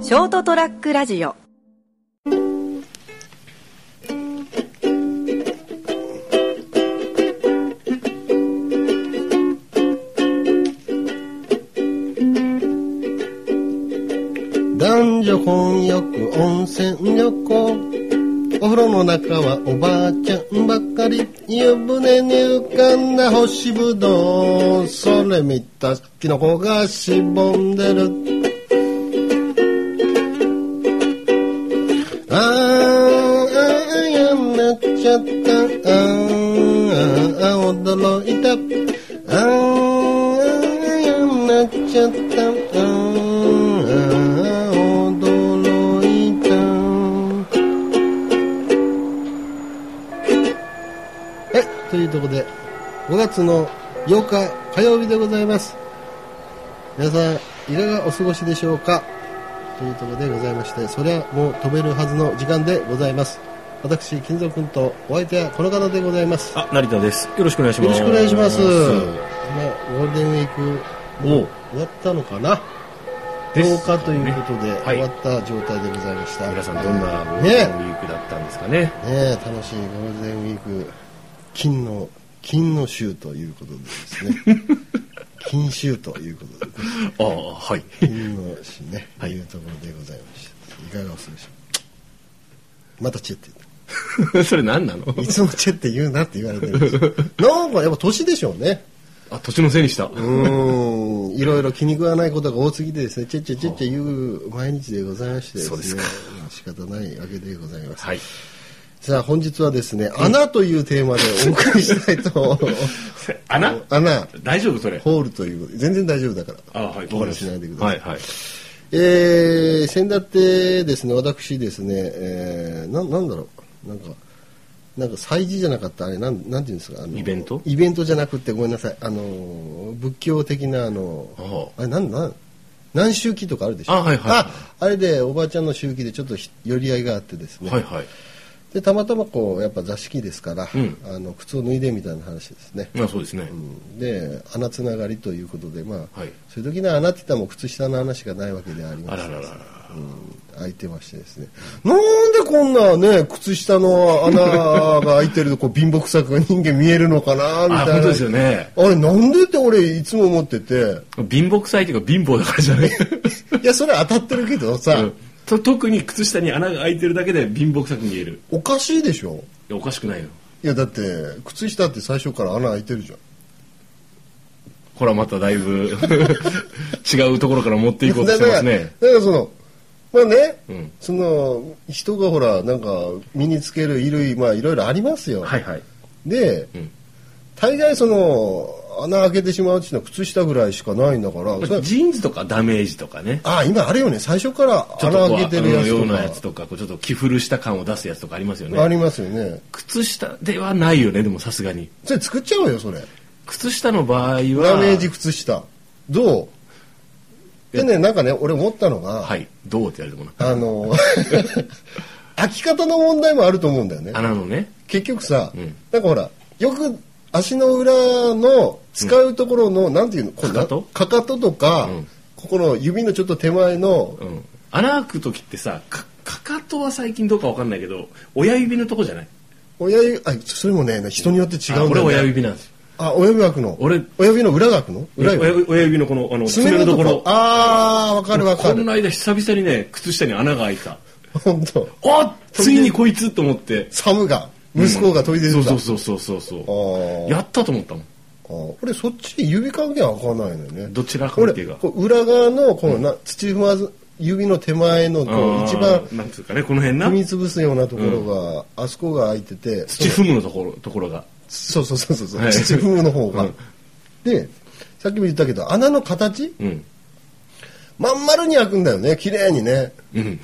ショートトラックラジオ男女混浴温泉旅行お風呂の中はおばあちゃんばっかり湯船に浮かんだ干しぶどうそれ見たキノコがしぼんでるあーあーやめちゃったあーあー驚いたあーやめちゃったあー驚いたはい、というところで、5月の8日火曜日でございます。皆さん、いかがお過ごしでしょうかというところでございまして、それはもう飛べるはずの時間でございます。私、金蔵君とお相手はこの方でございます。よあ、成田です。よろしくお願いしまろす。しくお願いします。まあ、おゴールデンウィークおう終わったのかなです10日ということで、はい終わった状態でございました。皆さんどんなゴールデンねウィークだったんですかね。ねえ楽しいゴールデンウィーク金の金の週ということでですね金週ということでああ、はい。 金の週ね、い、いうところでございましたいかがお過ごしでしょうまたチェって言っそれ何なのたいつもチェって言うなって言われてるんですよなんかやっぱ年でしょうねあ、土地のせいにした。うーんいろいろ気に食わないことが多すぎてですねチェッチェチェッチェ言う毎日でございましてそうですかまあ仕方ないわけでございます、はい。さあ本日はですね穴というテーマでお送りしたいと穴穴大丈夫それ。ホールということで全然大丈夫だからあはい。バカにしないでくださ、はいい、はい。えー、先だってですね私ですね、えー、ななんだろうなんかなんか祭事じゃなかったあれなんなんていうんですかあのイベントイベントじゃなくてごめんなさいあのー仏教的なあのああれなんなん何周期とかあるでしょあはいはいはいああれでおばあちゃんの周期でちょっとひ寄り合いがあってですね、はい、はい。でたまたまこうやっぱ座敷ですから、うんあの靴を脱いでみたいな話ですね、まあそうですね。で穴つながりということで、まあはいそういう時の穴って言ったらもう靴下の話がないわけではありまあせらんららら。開いてましてですねなんでこんなね靴下の穴が開いてるとこう貧乏くさく人間見えるのかなみたいあ、本当なですよね。あれなんでって俺いつも思ってて貧乏臭いというか貧乏だからじゃ ない。いやそれは当たってるけどさ、うんと特に靴下に穴が開いてるだけで貧乏臭く見える。いおかしいでしょやおかしくないよ。いやだって靴下って最初から穴開いてるじゃんほら、まただいぶ 違うところから持っていこうとしてますね。だからだからそのまあね、うんその人がほらなんか身につける衣類まあいろいろありますよ、はい、はい。で、うん大概その穴開けてしまううちのは靴下ぐらいしかないんだから、それジーンズとかダメージとかね。ああ今あれよね最初からちょっと穴こう開けてるやあのようなやつつととか、こうちょっと着古した感を出すやつとかありますよかあね。りますよね靴下ではないよね、でもさすがに。それ作っちゃおうよそれ靴下の場合は、ダメージ靴下どうでねなんかね俺思ったのが、はい、どうって言われてもな。あ の 開き方の問題もあると思うんだよね穴のね、結局さ、うんなんかほらよく足の裏の使うところの、なんていうのこうなかかとかかととか、うんここの指のちょっと手前のうん。穴開く時ってさ、か、かかとは最近どうかわかんないけど、親指のとこじゃない親指あそれもね人によって違あうんだよ、俺ね、親指なんですよ。あ親指が開くの俺親指の裏が開くの裏親よ指親指のこの、あの、爪のところ。ああわかるわかこのる間久々にね、靴下に穴が開いた。本当おっついにこいつと思って。サムが息子が研いでそるうか、そうそうそうそうそあーう。やったと思ったもん。あー俺そっち指関係は開かないのよねどちら関俺係が。こう裏側のこのな、土踏まず指の手前のこあうー一番なんつうかねこの辺な踏み潰すようなところが、あそこが開いてて土踏むのところところがそうそうそうそうそう、はい土踏むの方が、うんでさっきも言ったけど穴の形うんまん丸に開くんだよね綺麗にね うん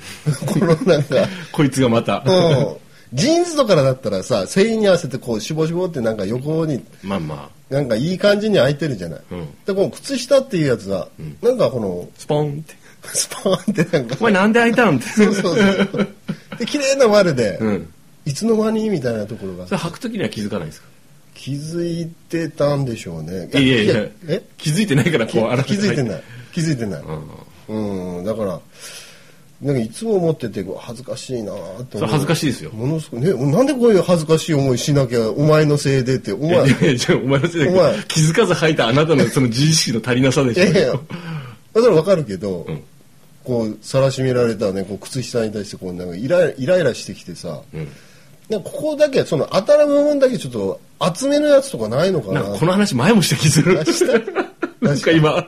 このなん かこいつがまたうんジーンズとかだったらさ繊維に合わせてこうしぼしぼってなんか横にまあまなんかいい感じに開いてるじゃない、うんでこの靴下っていうやつは、なんかこの あスポンってスパーンってなんか「お前なんで開いたん?」ってそうそう そうで綺麗な丸で、うんいつの間にみたいなところがそれ履く時には気づかないんですか気づいてたんでしょうねいやいやいやえ気づいてないからき気こうづいてないい気づいてないうんうんだからなんかいつも思っててこう恥ずかしいなぁとそ思れう恥ずかしいですよ。ものすごいねなんでこういう恥ずかしい思いしなきゃお前のせいでっておいや前いやいや、お前のせいだけお前ど、気づかず吐いたあなたのその自意識の足りなさでいやいやいしやょ。それはわかるけど、んこうさらしめられたねこう靴下に対してこうなんかイライイライラしてきてさ、んなんかここだけその当たる部分だけちょっと厚めのやつとかないのかななんかこの話前もした気する。なんか今、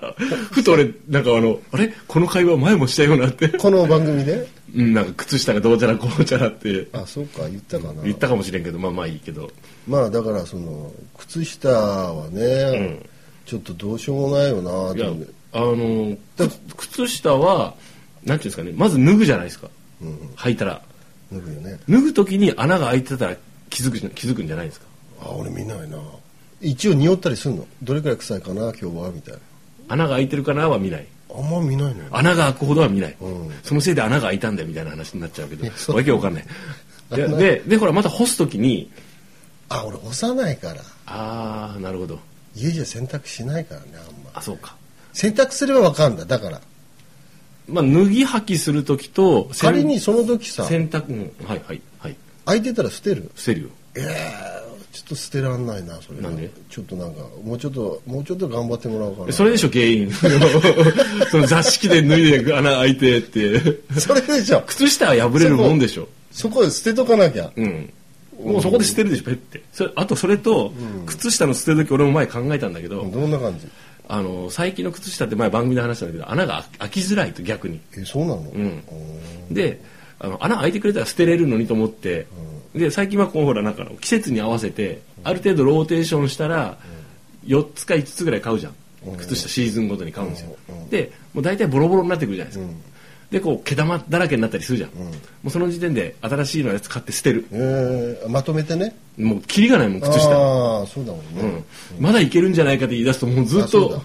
ふと俺、なんかあの、あれこの会話前もしたよなって。この番組でうん、なんか靴下がどうちゃらこうちゃらってあそうか言ったかな言ったかもしれんけど、まあまあいいけど。まあだからその靴下はね、んちょっとどうしようもないよなと思っいやて、あの、靴靴下は、なんていうんですかね、まず脱ぐじゃないですか。履いたら。脱ぐよね脱ぐときに穴が開いてたら気づくじゃ、気づくんじゃないですか。あ俺見ないな一応匂ったりするのどれくらい臭いかな今日はみたいな穴が開いてるかなは見ない。あんま見ないのよ穴が開くほどは見ない、うんそのせいで穴が開いたんだよみたいな話になっちゃうけどいやそうわけわかんないいや穴ででほらまた干す時にあ俺押さないからああなるほど家じゃ洗濯しないからねあんまあそうか洗濯すればわかんだだからまあ脱ぎ履きする時とせん仮にその時さ洗濯うんはいはいはい空いてたら捨てる捨てるよええちょっと捨てらんないなそれなんでちょっとなんかもうちょっともうちょっと頑張ってもらおうかなそれでしょ原 因その座敷で脱いで穴開いてって それでしょ靴下は破れるもんでしょそこで捨てとかなきゃうんもうそこで捨てるでしょペッてそれあとそれと、靴下の捨てる時俺も前考えたんだけど、どんな感じあの最近の靴下って前番組で話したんだけど穴が開きづらいと逆にえそうなのうんであの穴開いてくれたら捨てれるのにと思って、で最近はこうほらなんかの季節に合わせてある程度ローテーションしたら4つか5つぐらい買うじゃん靴下シーズンごとに買うんですよ、でもう大体ボロボロになってくるじゃないですか、でこう毛玉だらけになったりするじゃん、もうその時点で新しいのやつ買って捨てるえーまとめてねもうキリがないもん靴下、ああそうだもんね、うん、まだいけるんじゃないかって言い出すともうずあっそうとだ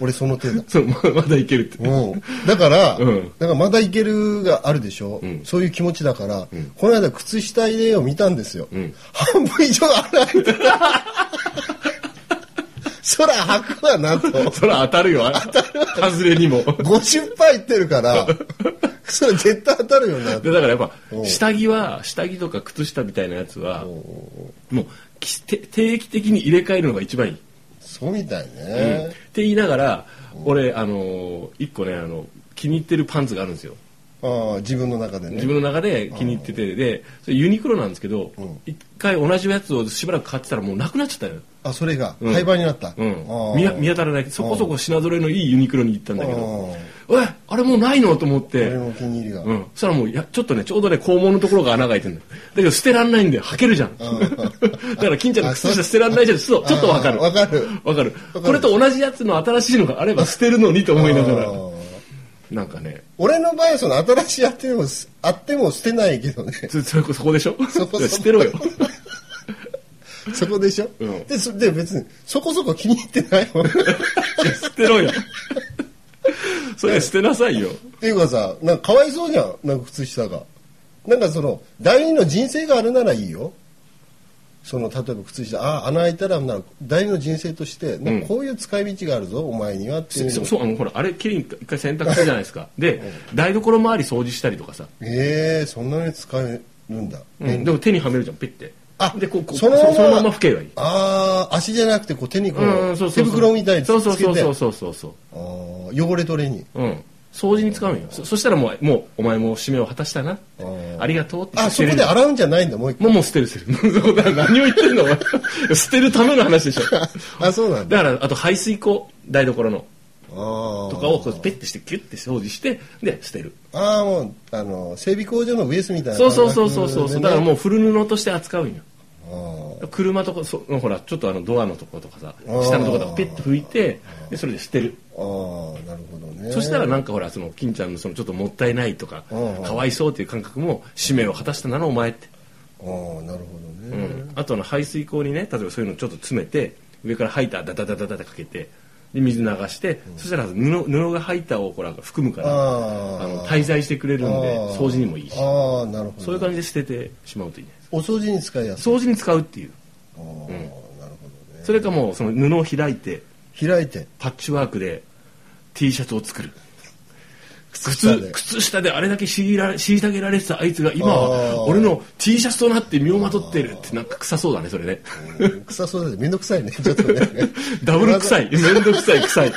俺その手だそうままだいけるって、うん、だから、 うんだからまだいけるがあるでしょ、そういう気持ちだから、この間靴下入れを見たんですよ、ん半分以上洗えてた そら履くわなとそら当たるよ外れにも50杯いってるからそれ絶対当たるよなでだからやっぱうん下着は下着とか靴下みたいなやつはもうきて定期的に入れ替えるのが一番いい、そうみたいっね、て言いながら俺あのー一個ねあの気に入ってるパンツがあるんですよああ自分の中でね自分の中で気に入っててでそれユニクロなんですけど一回同じやつをしばらく買ってたらもうなくなっちゃったのよあそれがうん廃盤になった、うん、あ見やあ見当たらないそこそこ品揃えのいいユニクロに行ったんだけど「えあれもうないの?」と思って俺のお気に入りが、うん、そしたらもういやちょっとねちょうどね肛門のところが穴が開いてるんだよだけど捨てらんないんで履けるじゃん だから金ちゃんの靴下捨てらんないじゃんちょっとちょっとわかるあわかるわかるこれと同じやつの新しいのがあれば捨てるのにと思いながあらあなんかね俺の場合はその新しいやってもあっても捨てないけどね そそそこでしょそこいや捨てろよそこでしょ、うんでそで別にそこそこ気に入ってない もんっいや捨 てろよそれ捨てなさいよていうかさなんかかわいそうじゃんなんか靴下がなんかその第二の人生があるならいいよその例えば靴下あ穴開いたらなら第二の人生としてなんかこういう使い道があるぞ、お前にはっていうのそそうあのほらあれきれいに一回洗濯するじゃないですかで台所周り掃除したりとかさ、ええそんなに使えるんだ、うんでも手にはめるじゃんピッてでこうこうそのままそのまま拭けばいいああ足じゃなくてこう手にこう,、うんそうそ手うそう袋みたいにつそうそうつけそうてそうそうそうそうあー汚れ取れにうん掃除に使うんよそそしたらもうもうお前も使命を果たしたなってうんありがとうってあそ捨てこれるで洗うんじゃないんだもう一個もうもう捨てる捨てる そこだから何を言ってんのお前捨てるための話 でしょ あそうなんだだからあと排水口台所のととかをこうペッてしてキュッて掃除してで捨てるああもうあの整備工場のウエスみたいなそうそうそうそうそうそうだからもうう古布として扱うんよあ車とかそほらちょっとあのドアのとことかさうん下のとことかペッて拭いてでそれで捨てるーあーなるほどねそしたらなんかほらその金ちゃんのそのちょっともったいないとかうんかわいそうっていう感覚も使命を果たしたなのお前ってああなるほどね、あとあの排水口にね例えばそういうのちょっと詰めて上からハイターダダダダダダかけてで水流して、そしたら布布がハイターをこら含むからあーあの滞在してくれるんであー掃除にもいいしああなるほどそういう感じで捨ててしまうといいねお掃除に使いやすい掃除に使うっていうああ、なるほそれかもうその布を開いて ど開いてパッチワークで T シャツを作る靴下で靴下であれだけ強いられ虐げられてたあいつが今はあー俺の T シャツとなって身をまとってるってなんか臭そうだねそれね。臭そうだね。めんどくさいね。ちょっとね ダブル 臭いめんどくさい臭い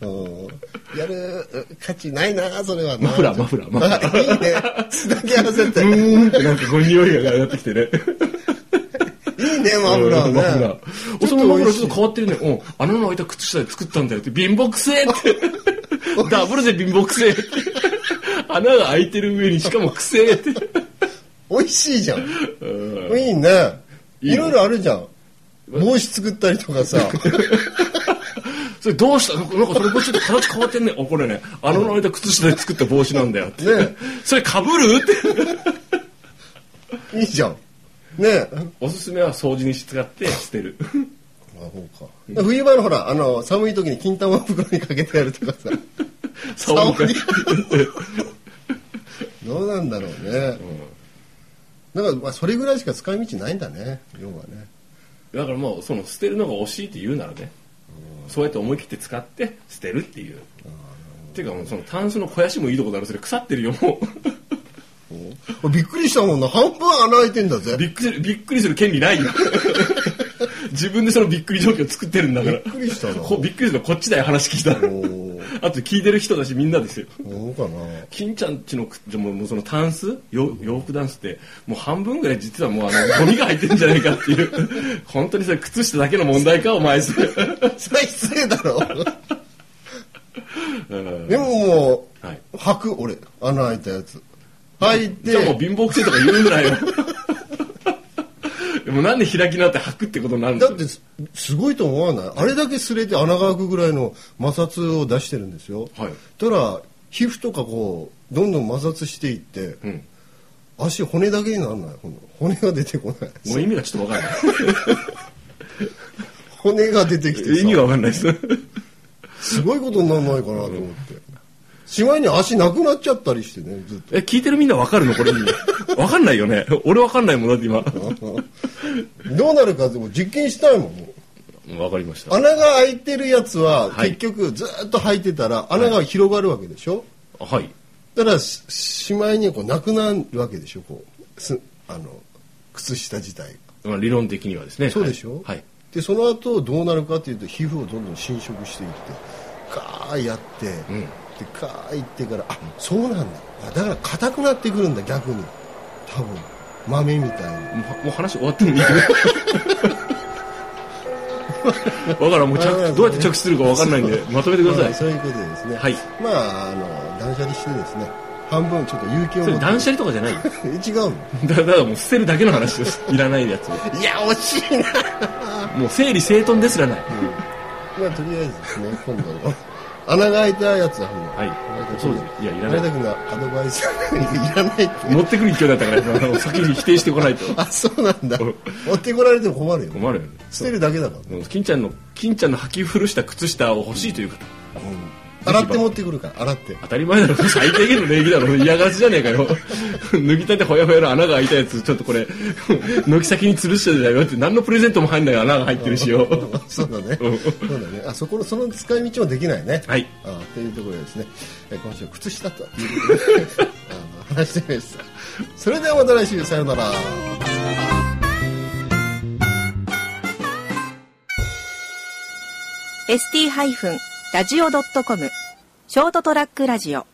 うん。やる価値ないな、それはな。マフラーマフラーマフラーあいいね。つなぎ合わせて。ういいね、ーんってなんかこう匂いが上がってきてねマフラーね。マフラーおそのマフラーちょっと変わわってるねうん穴の開いた靴下で作ったんだよって貧乏くせえって ダブルで貧乏くせえって穴が開いてる上にしかもくせえって美味しいじゃん。うんいいね。いいよいろいろあるじゃん。帽子作ったりとか さ。それどうしたなんかなんかそれもうちょっと形変わってんねおこれねあの間靴下で作った帽子なんだよって、ねそれかぶるっていいじゃん。ねおすすめは掃除に使って捨てるあ、そうか。冬場のほら、あの、寒い時に金玉袋にかけてやるとかさ。竿に竿にどうなんだろうね。なんか、まあ、それぐらいしか使い道ないんだね。要はね。だからもうその捨てるのが惜しいって言うならねそうやって思い切って使って捨てるっていうていうかもうそのタンスの肥やしもいいとこだろそれ腐ってるよもおびっくりしたもんな。半分穴開いてんだぜう。びっくりするびっくりする権利ないよ自分でそのびっくり状況作ってるんだかびらっくりしたなこびっくりするのこっちだよ話聞いたのおあと聞いてる人だしみんなですよそうかな。金ちゃんちのくじゃあもうもうそのタンスよ洋服ダンスってもう半分ぐらい実はもうあのゴミが入ってんじゃないかっていう 本当にそれ靴下だけの問題かお前それそれは失礼だろ。うんでももう、はい履く、俺。穴開いたやつ。履いてじゃあもう、貧乏くせえとか言うんだよ でもなんで開き直って履くってことになるんでだすっよてすすごいと思わないあれだけ擦れて穴が開くぐらいの摩擦を出してるんですよ、はいたら皮膚とかこうどんどん摩擦していって、ん足骨だけにならないほん骨が出てこないもう意味がちょっとわか骨が出てきんないて 意味さがわかんないですすごいことにならないかなと思ってしまいに足なくなっちゃったりしてねずっえ聞いてるみんなわかるのこれ意味わかんないよね俺わかんないもんだって今とどうなるかでも実験したいもんもうわかりました穴が開いてるやつははい結局ずっと履いてたら穴が広がるわけでしょ、はいだからししまいにはこうなくなるわけでしょこうすあの靴下自体がまあ理論的にはですねそうでしょ、はいでその後どうなるかというと皮膚をどんどん侵食していってガーやって、んでガーいってからあそうなんだあだから硬くなってくるんだ逆に多分豆みたいにもうもう話終わってもいいけど。わからん、もう着わからんどうやって着地するかわかんないんで、まとめてくだまあさい。そういうことでですねはいまああの断捨離してですね半分ちょっと勇気をそ持れって断捨離とかじゃないよ。違うのだだからもう捨てるだけの話です。いらないやつを。いや惜しいなもう整理整頓ですらない。まあとりあえずですね、今度の穴が開いたやつは、はいそうですいやいらない前田君がアドバイスいらないって。 持ってくる勢いだったから、あの先に否定してこないと。あ、そうなんだ。うん持ってこられても困るよ。困るよね。捨てるだけだからね。もう金ちゃんの、金ちゃんの履き古した靴下を欲しいという方。洗って持ってくるから、洗って。当たり前だろ、最低限の礼儀だろ、嫌がらせじゃねえかよ。 脱ぎたてほやほやの穴が開いたやつ、ちょっとこれ、 軒先に吊るしてたよって、何のプレゼントも入んない穴が入ってるしよ。 そうだね。うんそうだね。あ、そこの、その使い道もできないね。はい。あというところでですね、え今週は靴下ということで あの話してみました。それではまた来週、さようなら。 ST-radio.com ショートトラックラジオ